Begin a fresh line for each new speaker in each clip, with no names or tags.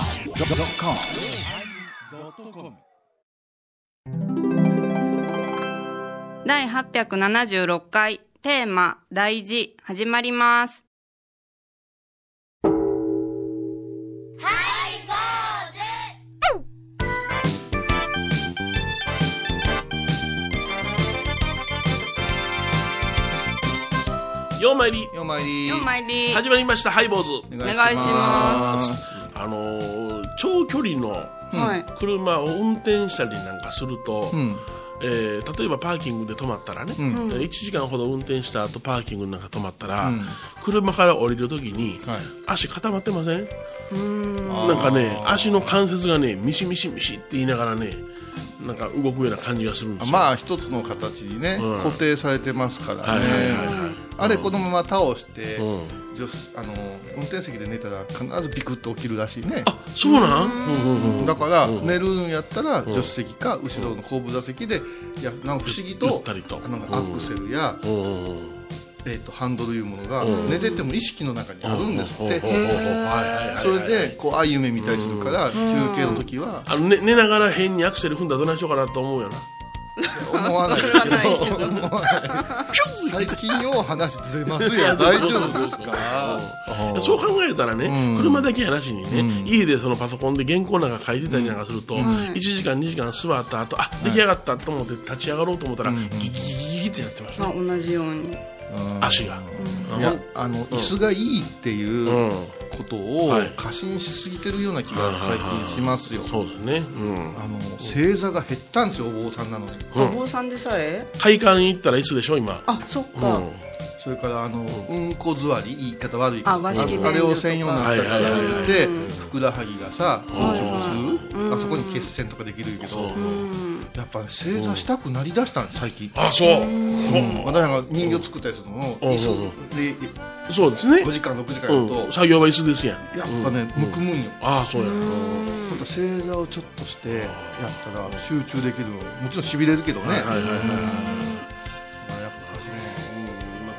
yosmir
第876回テーマ大事始まります
ようまいり
ようまいり
お参り
始まりましたハイボーズ
お
お願いします
あのー長距離の
はい
車を運転したりなんかすると、
うん
えー例えばパーキングで止まったらね、えー1時間ほど運転した後パーキングなんか止まったら、
ん
車から降りるときに、
はい
足固まってません
あー
なんかね足の関節がねミシミシミシって言いながらねなんか動くような感じがするんですよ
まあ一つの形にね、
うん
固定されてますからね、
はいはいはいはい
あれこのまま倒して、
うん
女子あの運転席で寝たら必ずビクッと起きるらしいね
あそうなんうんうんうん
だから寝るんやったら助手席か後ろの後部座席でいやなんか不思議
ゆ
と
ったりと
あのアクセルや、
うんうんうん
えー、とハンドルいうものが寝てても意識の中にあるんですって
ほうほうほうはいはいはいはい
それでこうああいう夢見たりするから休憩の時は
あの、ね、寝ながら変にアクセル踏んだらどないしようかなと思うよな
思わないけ
それはないけ
ど思わない最近よう話ずれますよ大丈夫ですか
うんそう考えたらね、車だけやなしにね、家でそのパソコンで原稿なんか書いてたりなんかすると、1時間、2時間座った後、あ出来上がったと思って立ち上がろうと思ったら、ギギギギギってやってました
あ
ね、
同じように
足が。
いやあの椅子がいいっていううんことを
はい
過信しすぎてるような気が最近しますよ
そうですね。うん。
あの正座が減ったんですよお坊さんなのに
お坊さんでさえ
会館行ったら椅子でしょ、今。
あそっ
う
か
ん。
それからあのうんこ座り言い方悪いけど
あ和式便所とか
あれを専用になったから
はいはいはいはい
でふくらはぎがさ上
うん
通あそこに血栓とかできるけど
うん
やっぱね正座したくなりだしたんです最近
あ、そう。
私なんか人形作ったりするのを
うん
椅子で
そうですね
5。時間6時間やる
うん。
と
作業は椅子ですやん。
やっぱねむくむんよ
あ、そうや。うん
ほんと正座をちょっとしてやったら集中できるのもちろんしびれるけどね
はいはいはいはい。うん
まあやっぱね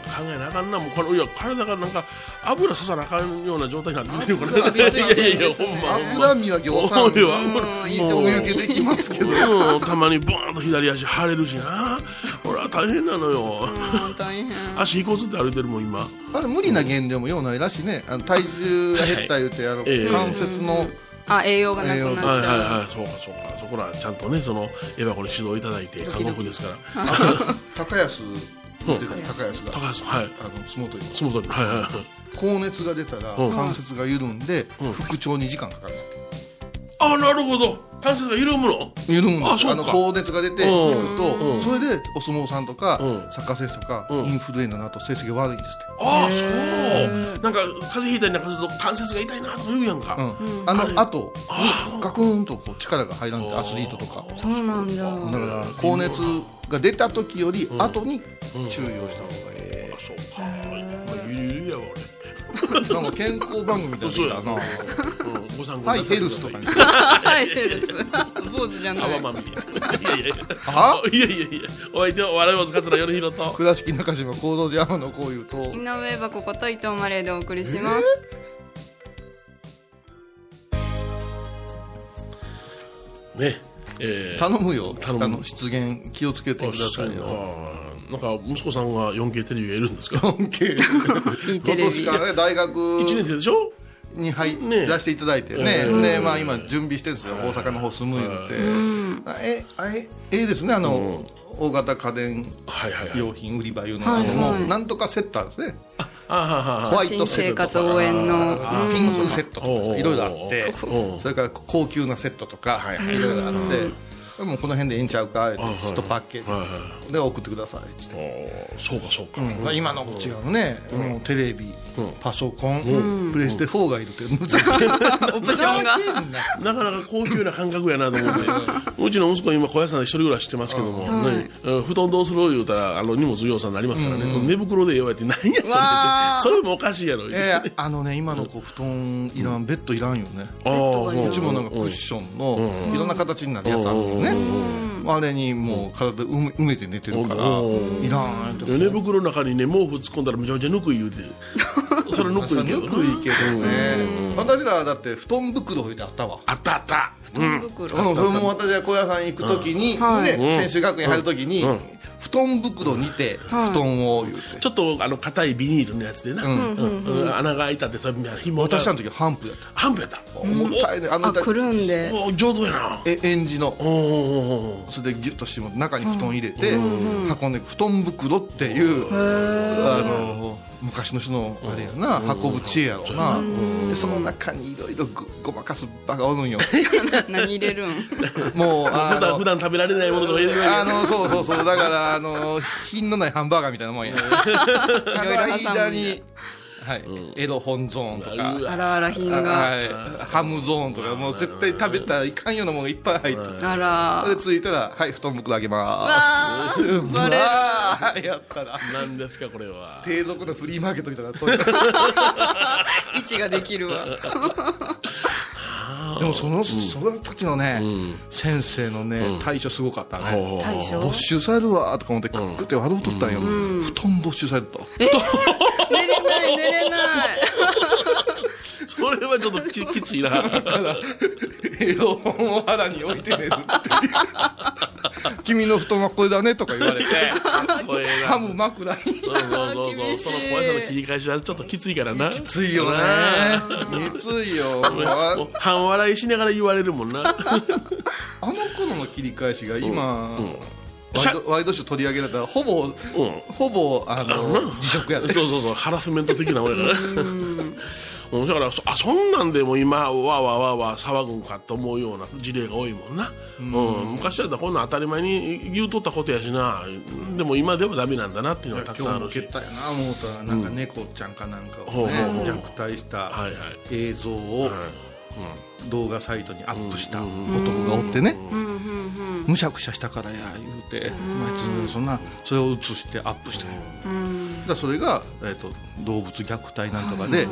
考えなあかんな、もうこの、いや、体がなんか、油刺さなあかんような状態になってきてるから、いやいやいや、ほんま。
脂身はぎょうさん
そうよ油
いいとお受けできますけど
うん、たまにボーンと左足腫れるしなほら大変なのよ
うん大変
足引こつって歩いてるもん今
あれ無理な減量もようないらしいねあの体重が減った言うてあの
ええ
関節の
あ栄養がなく
は
なっ
い
ち
はい
ゃう
はいそうかそうかそこらちゃんとねそのエヴァコに指導いただいて韓国ですから
高安出てた高安が
高橋さんはい
あの相撲取りの
その通りはいはいはい
高熱が出たら
うん
関節が緩んで
うん
復調に時間かかるんだ
あなるほど関節が緩むの
って緩むんだ
あそうか
あの高熱が出て
うん
引くと
うん
それでお相撲さんとか
うん
サッカー選手とか
うん
インフルエンザの後成績が悪いんですって
ああそうなんか風邪ひいたりなんかすると関節が痛いなとか言うやんか、
うんあの後ガクンとこう力が入らんでアスリートとか
そうなんだ
だ から高熱が出た時より後に注意をした方がえ
あそうか、まあ、ゆるゆるやわ
えなんか健康番組みた い
俺そうや
なの見たな
うんご参考
はい
にな
ヘ
さってくださ
ルス とかに
はいヘルス坊主じゃない
泡まみれいやいやいや
はい
やいやいやお相手は笑い坊主桂頼宏と
倉敷中島行動寺天野こういうと
井上箱こと伊藤マレーでお送りします、
ねえー
頼むよあ
頼む
の失言気をつけてくださいよ
あーなんか息子さんが 4K テレビがいるんですか
本家 今年からね大学
1年生でしょ
に入
ねえ
らせていただいてね
うん
でまあ今準備してるんですよ大阪の方住む言うてあえあえええですねあの大型家電
はいはいはい
用品売り場いうのあの
はいはい
もうなんとかセッターですね
あはは
ホワイ
新
トセ
生
ット
活応援の
ピンクセットと
おうおうお
か
う
いろいろあって
おう
それから高級なセットとかいろいろあってもうこの辺でええんちゃうかって1パッケ
はいは
ージで送ってくださいってって
おーそうかそうか、
まあ今の違うねもうテレビ
うん
パソコンプレステ4がいるってむず か
オプションが
なかなか高級な感覚やなと思って うちの息子今小屋さんで一人暮らししてますけども、ねうん布団どうする言うたらあの荷物業者になりますからね、寝袋でええわやって何やそれ
わー
それもおかしいやろ、
ええあのね今の子布団いらんベッドいらんよね
ああ
ベッドがいる
うちもなんかクッションのいろんな形になるやつあるんよねあれにもう体埋め埋めて寝てるから
おー
いらないと
で寝袋の中にね毛布突っ込んだらめちゃめちゃぬくい言うて それぬくいけど
ぬくいけどね私らだって布団袋置いてあったわ
あったあった
布袋、
うん、それも私は小屋さん行く時に、
はい
ね選手学院入る時に、布団袋にて布団を言うて、
ちょっとあの硬いビニールのやつでな、うんうん穴が開いたってそれ紐が
私らの時はハンプやった、
ハンプやった
重たいねあの
あくるんで
おお上手やな
え園児の
おお
それでギュッとしても中に布団入れて、運んで布団袋っていう、あの昔の人のあれやな、運ぶ知恵やろうな、でその中にいろいろぐごまかすバカお るんよ
何入れるん
もうあ
普段
の
普段食べられないものとか入れてない
あのそうそうそうだからあの品のないハンバーガーみたいなもんやあの 間に、はいエロ本ゾーンとか
うわ
あらあら品が
はい、ハムゾーンとかもう絶対食べたらいかんようなものがいっぱい入ってて
あら
で着いたら「はい布団袋あげま
あ
ーす」う
バレる
わーやったら
なんですかこれは
低俗のフリーマーケットみたいなとに か
位置ができるわ
くでもその、その時のね、先生のね、対処すごかったね、
大将
没収されるわーとか思ってクックって笑うとったんよ、布団没収されると
寝れない寝れない
それはちょっときき ついな
エロ本を肌に置いて寝るっていう君の布団はこれだねとか言われ て
これな
ハム枕に
そうそうそうそう
厳し
そ
い
の怖さの切り返しはちょっときついからなき
ついよねきついよあ
半笑いしながら言われるもんな
あの頃の切り返しが今、ワ
しゃ
イドワイドショー取り上げられたらほぼ、
うん
ほぼあの辞職や で
そうそうそうハラスメント的なもんやからうんだからそあそんなんでも今わーわーわーわー騒ぐんかと思うような事例が多いもんな、うん昔だったらこんなん当たり前に言うとったことやしなでも今ではダメなんだなっていうのが
今
たく
日
さんあ
も
る
蹴
し
ったやな思うたらなんか猫ちゃんかなんかをね、
うん
虐待した
はいはい
映像を動画サイトにアップした男がおってね、むしゃくしゃしたからや言うて、まあ、いつそんなそれを映してアップしたんよ、だからそれが、えー、と動物虐待なんとかで、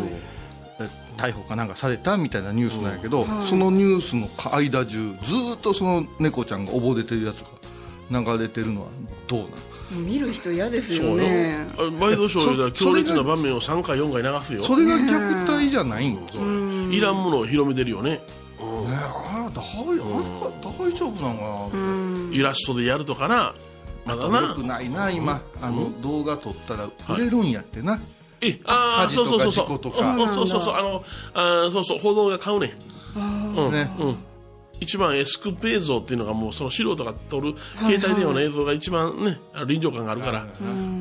え逮捕かなんかされたみたいなニュースなんやけど、そのニュースの間中ずーっとその猫ちゃんが溺れてるやつが流れてるのはどうなの
見る人嫌です
そ
よ
うよ
ね
あワイドショーでは
そそ
強
れが
烈な場面を3回4回流すよ
それが虐待じゃないんよ、ね
いらんものを広めてるよね、うん
あーだいあれか大丈夫なのかな
イラストでやるとかなまだ
よ
な
くないな今あの動画撮ったら売れるんやってな、
えああ
火
そう
事と
そ
か
うそうそううんそう
事故とか
そうそうあのあーそうそう報道が買うねん
ね
一番エスクープ映像っていうのがもうその素人が撮る携帯電話の映像が一番ねあの臨場感があるから、うん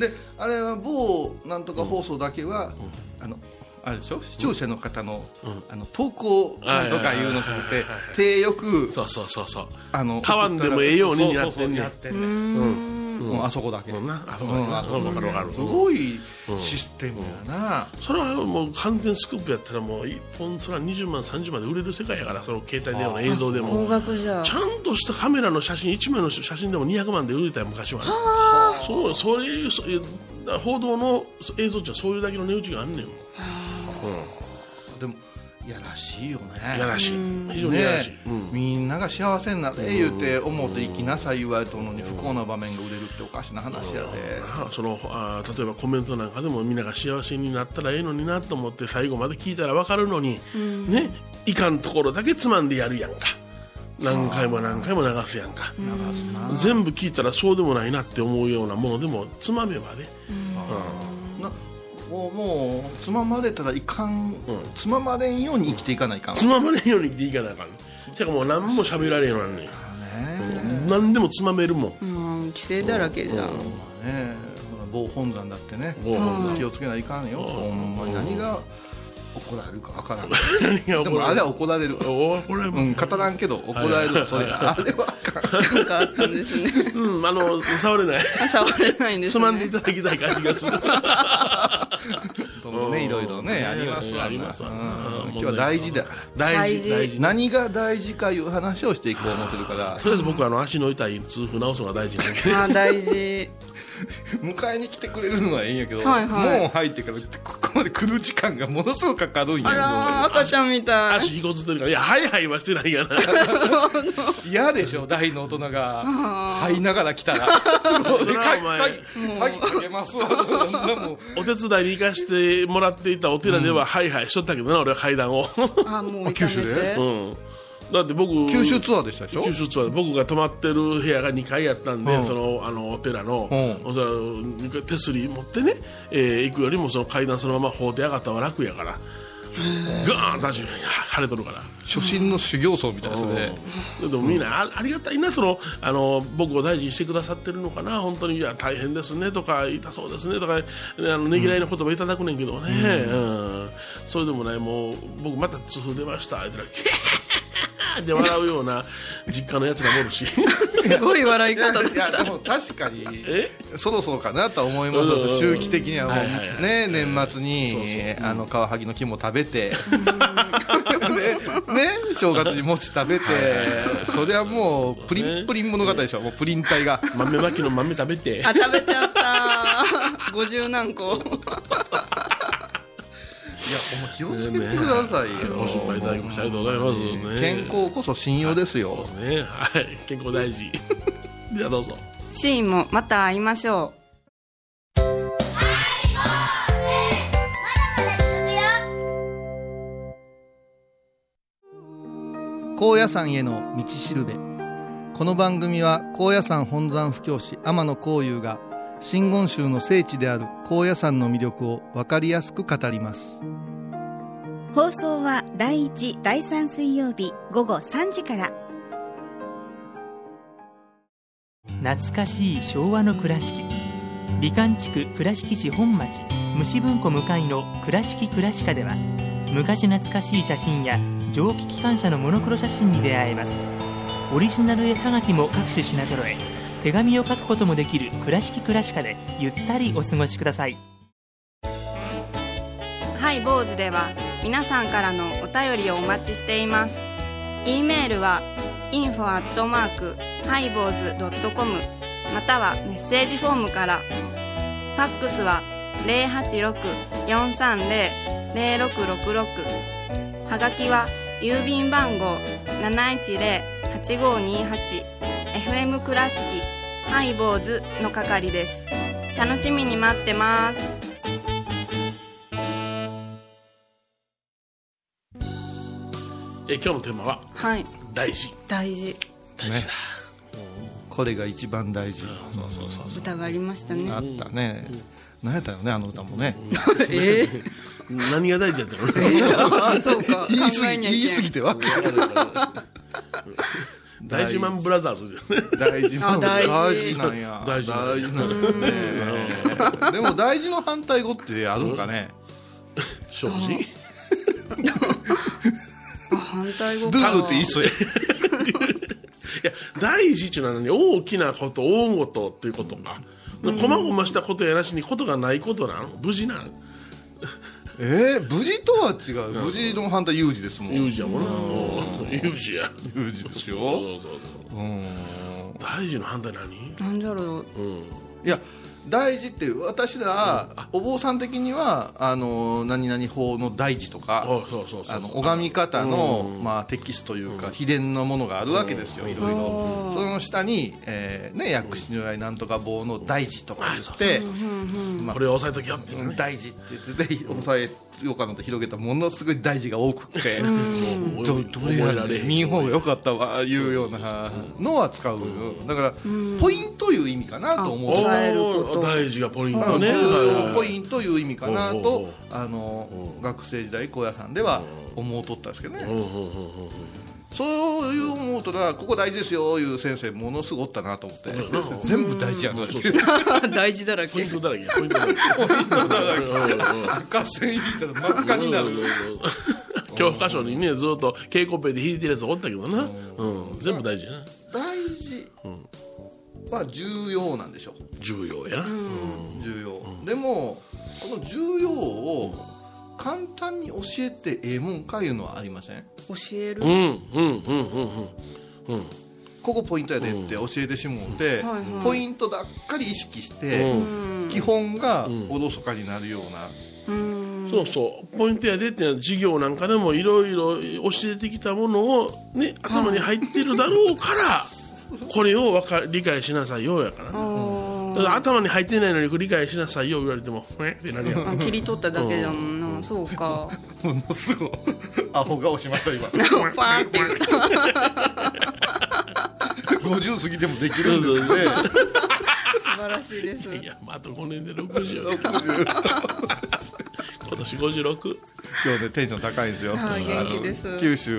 であれは某なんとか放送だけは、あのあれでしょ視聴者の方の,、あの投稿なんとかいうのを作って手よく
そうそうそうそう
あの
買わんでもええように
送ったら
やってんねん
そうそうそうやってんねんもうあそこだけ、
うんなあそう
う
だね
んあそこだけ
わかるわかる
すごいシステムやな、
それはもう完全スクープやったらもう一本それは20万30万で売れる世界やからその携帯電話の映像で
高
も
額じゃ
ちゃんとしたカメラの写真1枚の写真でも200万で売れたよ昔はねそうそういうそういうだから報道の映像っていうのはそういうだけの値打ちがあんねんもん
でもやらしいよね
いやらしい非常に
ね
いやらしい、
えみんなが幸せになれ言うて思って生きなさい言われたのに不幸な場面が売れるっておかしな話やで、
あそのあ例えばコメントなんかでもみんなが幸せになったらええのになと思って最後まで聞いたら分かるのに、ね、いかんところだけつまんでやるやんか何回も何回も流すやんか、
流すな
全部聞いたらそうでもないなって思うようなものでもつまめばね、
なもうもうつままれたらいかん、つままれんように生きていかないかん、
つままれんように生きていかなあかんてかもう何も喋られへんようになんねん
ね
何でもつまめるもん
うん規制だらけじゃん
えねえほら某本山だってね
某本山
気をつけないかんよ、ほんまに何が怒られるかわからん
何が
で
起こ
もあ
る
れは怒られる
おこれ
うん語らんけど怒られるそういうあれはあかん
なんかあったんですね
うん、あの触れない
あ触れないんです
つ
ね
まんでいただきたい感じが する
どんどんねいろいろねありますわ
ありますわ
うん
うん
今日は大事だから
大
大
事
事
大事
何が大事かいう話をしていこう思ってるから
とりあえず僕はあの足の痛い痛風直すのが大事なんで
あ大事
迎えに来てくれるのはいいんやけど、
はいはい
門入ってからクックこまで来る時間がものすごくかかるん
あ
や
らー赤ちゃんみたい
足ひごつってるから、いや、はいはいはしてないやな。
嫌でしょ大の大人が入りながら来た ら
それはお前
はいかけますわそんなもん
お手伝いに行かしてもらっていたお寺では、はいはいしとったけどな、俺は階段を。
あもう
あ九州
炒めて
で
うん。だって僕、
九州ツアーでしたでしょ
九州ツアーで僕が泊まってる部屋が2階やったんで、
うん
そのあのお寺の、
うん
お寺の手すり持ってね、えー行くよりもその階段そのまま放って上がった方が楽やからガーンダッシュ晴れとるから
初心の修行僧みたいなそれで
でもみんなあありがたいなそのあの僕を大事にしてくださってるのかな本当にいや大変ですねとか痛そうですねとかねあのねぎらいの言葉いただくねんけどね、うんそれでもねもう僕また痛風出ましたって言ったらって笑うような実家のやつらもおるし。
すごい笑い
いや
方だっ
いや
た
でも確かに
え
そろそろかなとは思います
うんうんうん
周期的にはもう
はいはいはい
ね年末
そうそう
にあのカワハギの木も食べてでね正月に餅食べてそりゃもうプリンプリン物語でしょもうプリン体が
豆まきの豆食べて
あ食べちゃった五十何個
いやお前気をつけてくださいよ
ご心配いただきましてありがとうございます、ね、
健康こそ信用ですよ
ねはい健康大事ではどうぞ
シーンもまた会いましょう
高野山への道しるべこの番組は高野山本山布教師天野幸雄が真言宗の聖地である高野山の魅力を分かりやすく語ります
放送は第1、第3水曜日午後3時から。
懐かしい昭和の倉敷美観地区倉敷市本町虫文庫向かいの「倉敷倉敷科」では昔懐かしい写真や蒸気機関車のモノクロ写真に出会えますオリジナル絵はがきも各種品揃え手紙を書くこともできる「倉敷倉敷科」でゆったりお過ごしください
ハイボーズでは皆さんからのお便りをお待ちしています e メールは info アットマークハイボーズドットコムまたはメッセージフォームからファックスは086-430-0666はがきは郵便番号 710-8528FM 倉敷ハイボーズの係です楽しみに待ってます
え今日のテーマは
はい
大事
大事
大事だ、
これが一番大事
そうそうそうそう
歌がありましたね
あったね何やったよねあの歌もね
え
何が大事やったの
ー、 そうか
言い過ぎ言い過ぎ
て
てわけ
大事マンブラザーズじゃね
大事な
あ
の
大事
大事なんや
大
大
事
事
なんや
なんやねでも大事の反対語ってあるんかね
正直
反対語
ド
か
ゥーって言いそうや
いや大事っていうのは何大きなこと大事っていうことかこまごましたことやなしにことがないことなの無事なん
えー、無事とは違う無事の反対有事ですもん
有事やもんな有事や
有事です
そうそ
よ
うそう
うん
大事の反対何
なんだろう
いや大事って私らお坊さん的にはあの何々法の大事
そ
と
う
か
そうそうそう
あの拝み方の、まあ、テキストというか秘伝のものがあるわけですよ、いろいろその下に、えーね、薬師如来なんとか棒の大事とか言って、まあ
これを押さえときよっていうね
大事って言ってで抑えようかなと広げたものすごい大事が多くて。
もう
ど
覚
どれ
え
や
られへん
見ん方が良かったわいうようなのは使うよだからポイントいう意味かなと思う
お
抑えること
大事がポイン
あ
ト
の
ね
重要ポ
ン
イントいう意味かな
おうおうお
と
う
あの学生時代高野山では思うとったんですけどねそういう思うとらここ大事ですよいう先生ものすごいおったなと思って全部大事やなっていう
大事だら
ポイ
け
ントだらけポイントだらけ
赤線引いたら真っ赤になる
教科書にねずっと稽古ペンで弾いてるやつおったけどな、うん、全部大事やな
大事は重要なんでしょう
重要やな、
重要、でもこの重要を簡単に教えてええもんかいうのはありません
教える
うん、うんうんうんうん
ここポイントやでって教えてしもうて、
はいはい
ポイントばっかり意識して、
う
基本がおろそかになるような
うん
そうそうポイントやでっていうのは授業なんかでもいろいろ教えてきたものを、ね、頭に入ってるだろう からこれをわか理解しなさいよやからね
お
ただ頭に入ってないのに理解しなさいよ言われてもえってなるやん
ー切り取っただけだもんなそうか
ものすごい アホ顔しました今
ファーって言った
50過ぎてもできるんですね
素晴らしいです
いや、まあ、あと5年で60や から
60
今年56
今日ねテンション高いんですよ
はい元気です
あの九州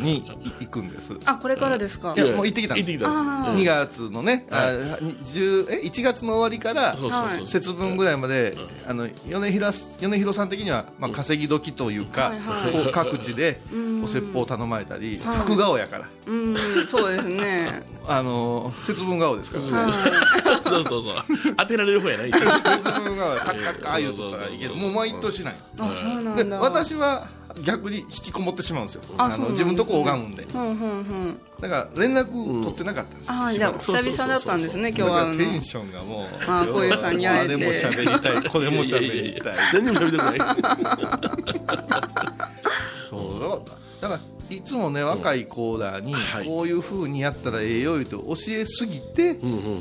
に行くんです
あこれからですか
いやもう行ってきたん
行
で
って
す
きたん
2月のね、あに10え1月の終わりから
ですそうそうそう
節分ぐらいまで、あの米平米広さん的には、まあ、稼ぎ時というか、
はいはい
こう各地でお説法を頼まれたり、福顔やから、
うーんそうですね
あの節分顔ですから、
そうそうそう当てられる方やない
節分顔やカッカッカー言うとったらいいけどもう毎年ない、
あそうな
で
んだ
私は逆に引きこもってしまうんですよ
あ
あ
そうなん
の
だ
自分とこ拝むんで
ふんふんふん
だから連絡取ってなかったんです、
ああじゃあ久々だったんですね今日は
だ
あ
から
の
テンションがもう
あーこういうさんに会えて
あれも喋りたいこれも喋り たい
何にも喋りたくない
そうだからだからいつもね若いコーラに
はい
こういうふうにやったらええよ言うて教えすぎて
うんうんうんうん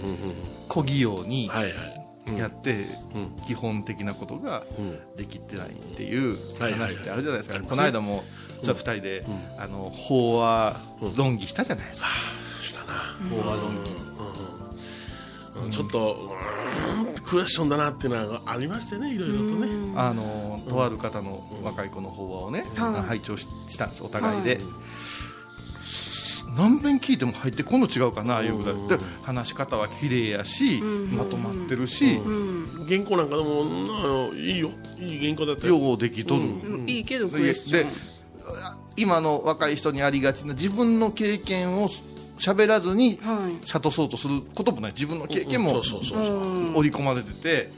こぎように
はいはい
やって
うん
基本的なことが
うん
できてないっていう
はいはいはい
話ってあるじゃないですか
りますね
この間もじゃあ2人であの法話論議したじゃないですか
したな
法話論議
うんちょっとうーんクエスチョンだなっていうのはありましてねいろいろとね
あのとある方の若い子の法話をね、
はい
拝聴ししたんですお互いで、何遍聞いても入ってこんの違うかないうぐらい、で話し方は綺麗やし、まとまってるし、
原稿なんかでもうんいいよいい原稿だった
よ
よ
うできとる、
うんいいけどク
で
エスチョン
今の若い人にありがちな自分の経験を喋らずに
はい
諭そうとすることもない自分の経験
そ
も
うそうそうそう
織り込まれてて、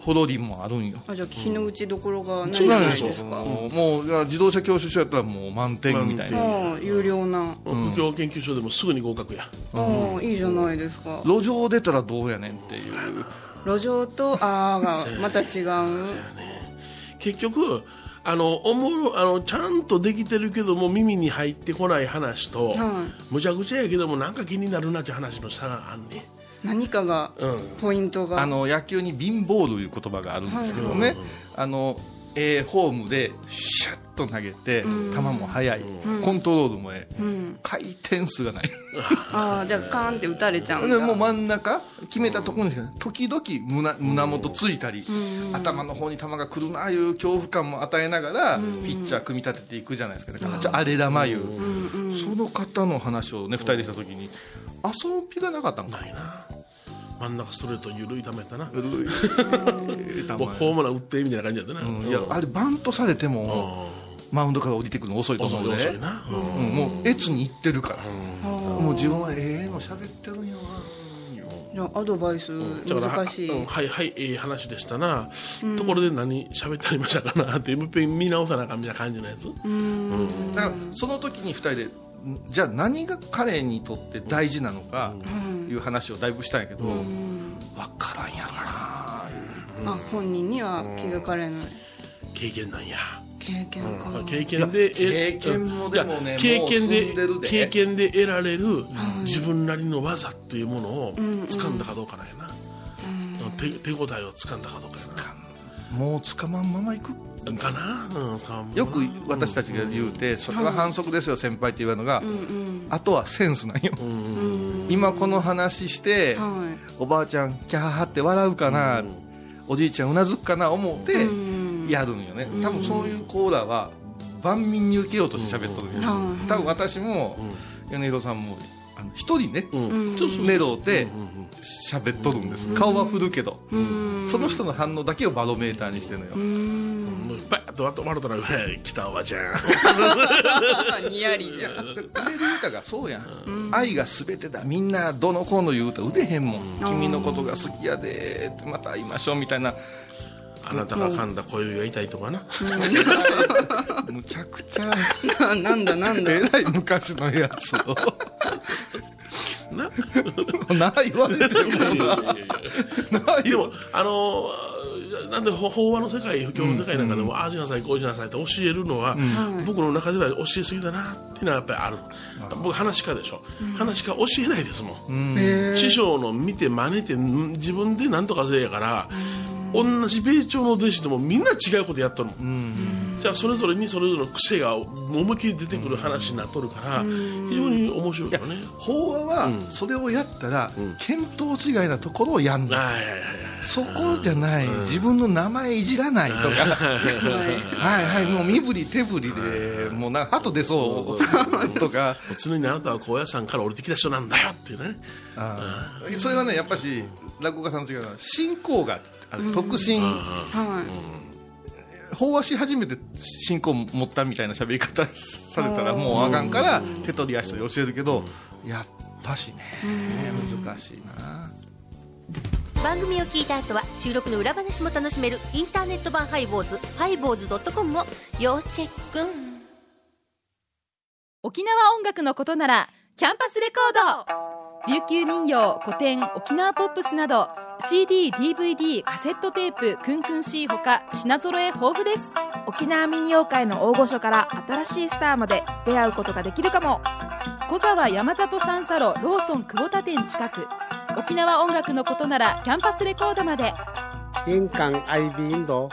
ほろりもあるんよ。
あじゃあ気の打ちどころがないじ
そう
ゃ
なん
な
で
い
す
です
よ
か
もうもういや自動車教習所やったらもう満点みたいな
ああ有料な
副業研究所でもすぐに合格や
ああいいじゃないですか
路上出たらどうやねんっていう
路上とああがまた違う
結局あの思うあのちゃんとできてるけども耳に入ってこない話と、
は
むちゃくちゃやけどもなんか気になるなって話の差があんねん
何かが
うん
ポイントが
あの野球に貧乏という言葉があるんですけどね、あの A ホームでシャッと投げて球も速いコントロールもええ回転数がない
ああじゃあカーンって打たれちゃうん
で
だ
もう真ん中決めたところにしかない時々胸胸元ついたり頭の方に球が来るなあいう恐怖感も与えながらピッチャー組み立てていくじゃないですかだからちょっと荒れ玉いうその方の話をね2人でした時に遊びがなかったんか
ないな真ん中ストレート緩い球やったな
古い名
僕
前
ホームラン打ってみたいな感じやったな、
うんいやあれバントされてもマウンドから降りてくるの遅いと
遅
思
いう
で、
遅
う
い
ん
な、
もう越に行ってるから、もう自分はええの喋ってるんやわ
じゃあアドバイス
だから
難しい
うんはいはいええ話でしたな、ところで何喋ってありましたかなってもう一遍見直さなあかんみたいな感じのやつ、
だからその時に2人でんじゃあ何が彼にとって大事なのかいう話をだいぶしたんやけど、わ分からんやろな
あ本人には気づかれない
経験なんや
経験か
経験で
いや経験もでもね
いや経験
もう積んで
で
るで
経験で得られる自分なりの技っていうものを掴んだかどうかなんやな、手手応えを掴んだかどうかやな
もう捕まんまま行く
かな、うん、掴むな
よく私たちが言うて、それは反則ですよ先輩って言われるのが、あとはセンスなんよ、今この話して、
は
おばあちゃんキャハハって笑うかな、おじいちゃんうなずくかな思ってやるんよね、多分そういうコーラは万民に受けようとして喋っとるんよ、
う
多分私も、米広さんもあの一人ね、
うんそうそうそう
寝ろうて喋っとるんです、顔は振るけど、その人の反応だけをバロメーターにしてるのよ、
もうバッと笑ったらぐらい来たおばち ゃん
いにやりじゃん
売れる歌がそうやん、愛がすべてだみんなどの子の言う歌売れへんもん、君のことが好きやでってまた会いましょうみたいな
あなたが噛んだ小指が痛いとかな
むちゃくちゃ
ななんだなんだ
えらい昔のやつ を
な
な言われても
いやいやいや
ない
で
よ
もあのーなんでほ法話の世界、教の世界なんかでも、ああしなさい、こうしなさいって教えるのは、僕の中では教えすぎだなっていうのはやっぱりある、僕、話し家でしょ、話し家教えないですもん、師匠の見て、真似て、ん自分でなんとかせえやから、同じ米朝の弟子でもみんな違うことやっとるもんじゃあそれぞれにそれぞれの癖が思いっきり出てくる話になっとるから、非常に面白いよね。
法話はそれをやったら見当違いなところをやん
あ
だ、
あいやいやいや
そこじゃない、自分の名前いじらないとか、 はいはい、もう身振り手振りで、もうな、鳩出そうとか、
常にあなたは高野山から降りてきた人なんだよっていうね
それはね、やっぱし、落語家さんの違うのは、信仰がある、特進、
はい
法話し始めて信仰持ったみたいな喋り方されたら、もうあかんから、手取り足取り教えるけど、やっぱしね、難しいな。
番組を聞いた後は収録の裏話も楽しめるインターネット版ハイボーズハイボーズドットコムを要チェック
沖縄音楽のことならキャンパスレコード琉球民謡古典沖縄ポップスなど CDDVD カセットテープクンクン C ほか品揃え豊富です
沖縄民謡界の大御所から新しいスターまで出会うことができるかも
小沢山里三佐路ローソン久保田店近く沖縄音楽のことならキャンパスレコードまで
印港 IB 印度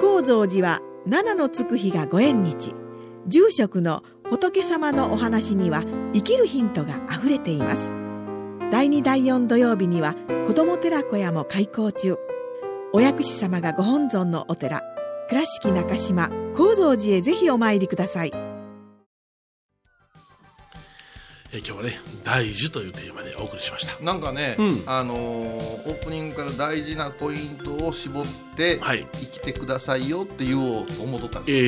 高蔵寺は七のつく日がご縁日住職の仏様のお話には生きるヒントがあふれています第2第4土曜日には子ども寺小屋も開校中お薬師様がご本尊のお寺倉敷中島・高蔵寺へぜひお参りください
え今日はね大事というテーマでお送りしました
なんかね、
うん
あのーオープニングから大事なポイントを絞って、
はい
生きてくださいよって言おうと思っとったん
え
ですよ、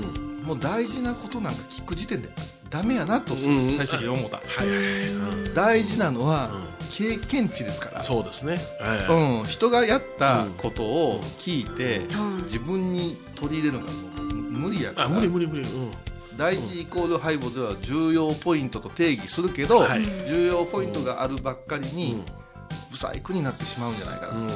ー
もう大事なことなんか聞く時点でダメやなと最
ん
初に思った、
はいはいはいうん
大事なのは
うん
経験値ですから、
そうですねえ
う
ー
ん人がやったことを聞いて、自分に取り入れるのがもう無理やから
あ無理無理無理うん
大事イコール敗北では重要ポイントと定義するけど、
はい
重要ポイントがあるばっかり
う
に
ん
不細工になってしまうんじゃないかな、
うんうんうん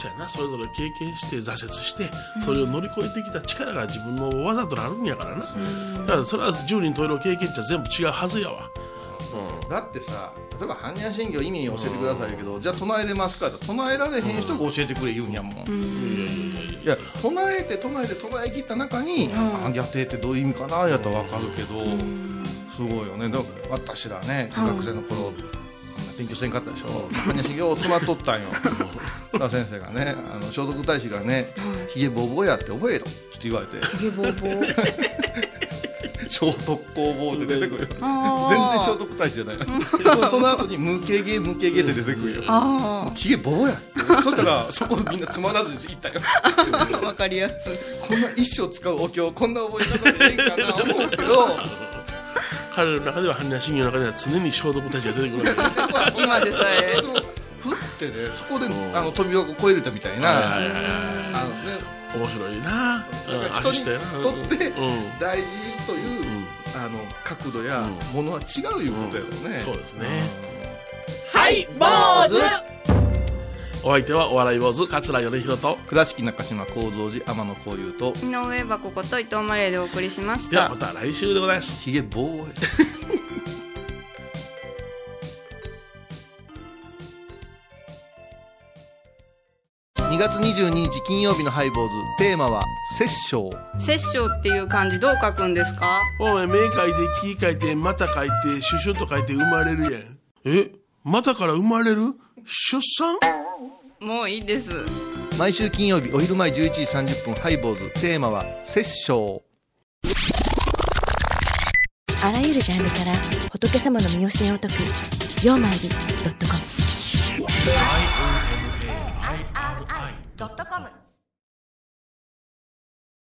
そうやなそれぞれ経験して挫折してそれを乗り越えてきた力が自分の技となるんやからなだからそれは十人十色経験値は全部違うはずやわ
だってさ例えば般若心経意味教えてくださいやけど、じゃあ唱えれますかって唱えられへん人が教えてくれ言うんやもん、いや唱えて唱えて唱え切った中に「般若定ってどういう意味かな」やったら分かるけど、すごいよねだから私らね学生の頃、あんな勉強せんかったでしょ般若心経を詰まっとったんよだから先生がねあの聖徳太子がね「ひげぼうぼうやって覚えろ」って言われて
ゲボボ
聖徳工房で出てくるよ全
あー
然聖徳太子じゃないその後に無形芸無形芸って出てくるよもうひげ棒やそしたらそこみんなつまらずに行ったよ
わかりやすい
こんな一生使うお経こんな覚え方でいいかな思 うけど
彼らの中では般若心経の中には常に消毒たちが出てくるわけ
今でさえふってねそこであの飛びを越えれたみたい な、
はいはいはいはい
あのね
面白いな、
だ
うん、
から
ア
人
シ
に
ストやな
とって
うん
大事という、
ん
あの角度やものは違ういうことやろうね、
そうですね、
はい坊主
お相手はお笑い坊主桂米宏と
倉敷中島幸三寺天野幸雄と
井上箱こと伊藤マレーでお送りしまし
では
た
また来週でございます
ひげ棒 を2月22日金曜日のハイボーズテーマは「殺生
殺生っていう漢字どう書くんですか
お前目書いて木書いてまた書いてシュシュと書いて生まれるやんえまたから生まれる出産
もういいです」
毎週金曜日お昼前11時30分ハイボーズテーマは「殺生
あらゆるジャンルから仏様の身教えを解く「曜マイルドットコム」「ドットコム」